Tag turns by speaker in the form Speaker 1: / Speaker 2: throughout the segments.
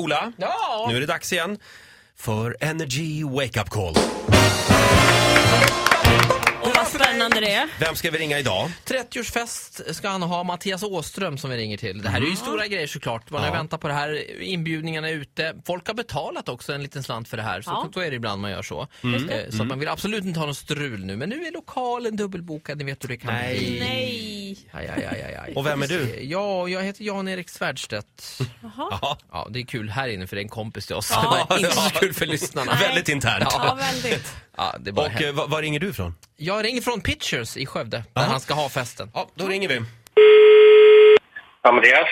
Speaker 1: Ola,
Speaker 2: Ja.
Speaker 1: nu är det dags igen för Energy Wake Up Call.
Speaker 3: Och vad spännande det är.
Speaker 1: Vem ska vi ringa idag?
Speaker 2: 30-årsfest ska han ha, Mattias Åström som vi ringer till. Det här är ju stora grejer såklart. Man har
Speaker 1: Mm. Ja.
Speaker 2: väntat på det här, inbjudningarna är ute. Folk har betalat också en liten slant för det här, så
Speaker 3: Ja.
Speaker 2: då är det ibland man gör så.
Speaker 1: Mm.
Speaker 2: Eh, Så att man vill absolut inte ha någon strul nu, men nu är lokalen dubbelbokad, ni vet hur det kan
Speaker 1: Nej.
Speaker 2: bli.
Speaker 3: Nej.
Speaker 2: Aj, aj, aj, aj, aj.
Speaker 1: Och vem är du?
Speaker 2: Ja, jag heter Jan-Erik Svärdstedt.
Speaker 3: Jaha.
Speaker 1: Ja,
Speaker 2: Ja, det är kul här inne för det är en kompis till oss.
Speaker 3: Ja.
Speaker 2: Det var inte så kul för lyssnarna.
Speaker 3: Nej.
Speaker 1: väldigt internt.
Speaker 3: Ja, väldigt.
Speaker 2: Ja, det bara
Speaker 1: Och eh, va- var ringer du ifrån?
Speaker 2: Jag ringer från Pitchers i Skövde, där
Speaker 1: Jaha.
Speaker 2: han ska ha festen.
Speaker 1: Ja, då ringer vi.
Speaker 4: Andreas?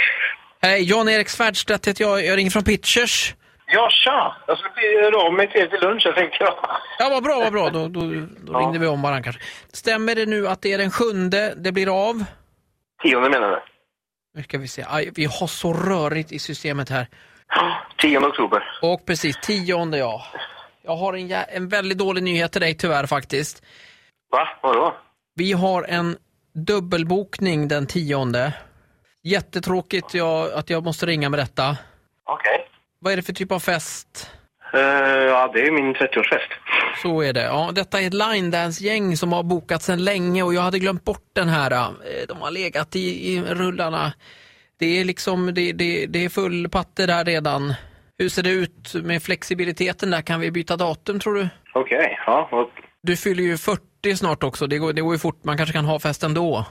Speaker 2: Hej, Jan-Erik Svärdstedt heter jag. Jag ringer från Pitchers.
Speaker 4: Ja, tja! Jag skulle bli- höra av mig till er till lunch, jag tänkte jag.
Speaker 2: Ja, vad bra, vad bra. Då, då, då
Speaker 4: Ja.
Speaker 2: ringde vi om varandra kanske. Stämmer det nu att det är den sjunde det blir av?
Speaker 4: Tionde menar du?
Speaker 2: Nu ska vi se. Aj, vi har så rörigt i systemet här.
Speaker 4: Ja, Tionde oktober.
Speaker 2: Och precis, tionde ja. Jag har en, jä- en väldigt dålig nyhet till dig tyvärr faktiskt.
Speaker 4: Va? Vadå?
Speaker 2: Vi har en dubbelbokning den tionde. Jättetråkigt jag, att jag måste ringa med detta.
Speaker 4: Okej.
Speaker 2: Vad är det för typ av fest?
Speaker 4: Eh, ja, det är ju min 30-årsfest.
Speaker 2: Så är det. Ja, detta är ett linedance-gäng som har bokat sedan länge och jag hade glömt bort den här. eh, De har legat i, i rullarna. Det är liksom, det, det, det är full patte där redan. Hur ser det ut med flexibiliteten där? Kan vi byta datum tror du?
Speaker 4: Okej, ja. Och,
Speaker 2: Du fyller ju 40 snart också, det går, det går ju fort. Man kanske kan ha fest ändå.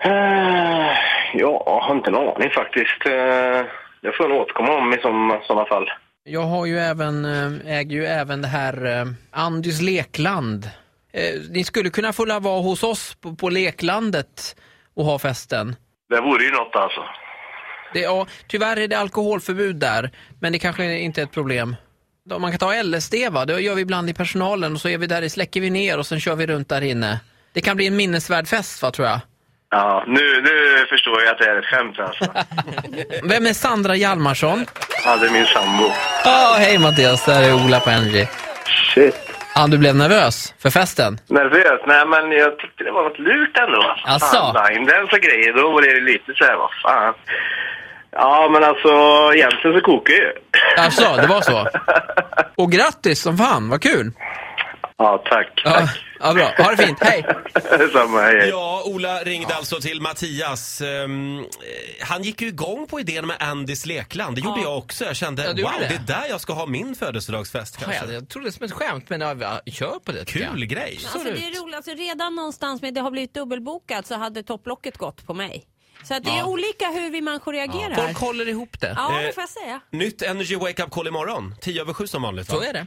Speaker 4: eh, ja, jag har inte en aning faktiskt. Eh, det får jag nog återkomma om i som- sådana fall.
Speaker 2: Jag har ju även, eh, äger ju även det här eh, Andys lekland. Eh, Ni skulle kunna få la vara hos oss på, på leklandet och ha festen.
Speaker 4: Det vore ju något alltså.
Speaker 2: Det, ja, tyvärr är det alkoholförbud där, men det kanske inte är ett problem. Då, man kan ta LSD va, det gör vi ibland i personalen och så är vi där, i- släcker vi ner och sen kör vi runt där inne. Det kan bli en minnesvärd fest va, tror jag.
Speaker 4: Ja, nu, nu förstår jag att det är ett skämt alltså.
Speaker 2: Vem är Sandra Hjalmarsson?
Speaker 4: Ja, det är min sambo.
Speaker 2: Ja, hej Mattias, där är Ola på Energy.
Speaker 4: Shit.
Speaker 2: Ja, du blev nervös för festen?
Speaker 4: Nervös? Nej, men jag tyckte det var något lurt ändå.
Speaker 2: Asså?
Speaker 4: Fan, Linedance och grejer, då var det lite så här, vad fan. Ja, men alltså egentligen så kokar jag ju.
Speaker 2: Alltså, det var så? Och grattis som fan, vad kul!
Speaker 4: Ja, tack.
Speaker 2: Ja,
Speaker 4: tack.
Speaker 2: ja bra. Ha det fint, hej!
Speaker 4: Detsamma, hej. hej.
Speaker 1: Ja, Ola ringde alltså till Mattias. Ehm, eh, han gick ju igång på idén med Andys lekland. Det gjorde
Speaker 3: Ja.
Speaker 1: jag också. Jag kände,
Speaker 2: Ja, du
Speaker 1: wow,
Speaker 2: gjorde
Speaker 1: det
Speaker 2: det.
Speaker 1: är där jag ska ha min födelsedagsfest kanske.
Speaker 2: Jag, jag trodde det som ett skämt, men ja, kör på det. tycker jag.
Speaker 1: Kul grej.
Speaker 3: Alltså, det är roligt. Alltså, redan någonstans med det har blivit dubbelbokat så hade topplocket gått på mig. Så att det är olika hur vi människor reagerar. Ja, Eh.
Speaker 2: Folk håller ihop det.
Speaker 3: det får jag säga.
Speaker 1: Nytt Energy Wake Up Call imorgon. 10 över 7 som vanligt. va?
Speaker 2: Så är det.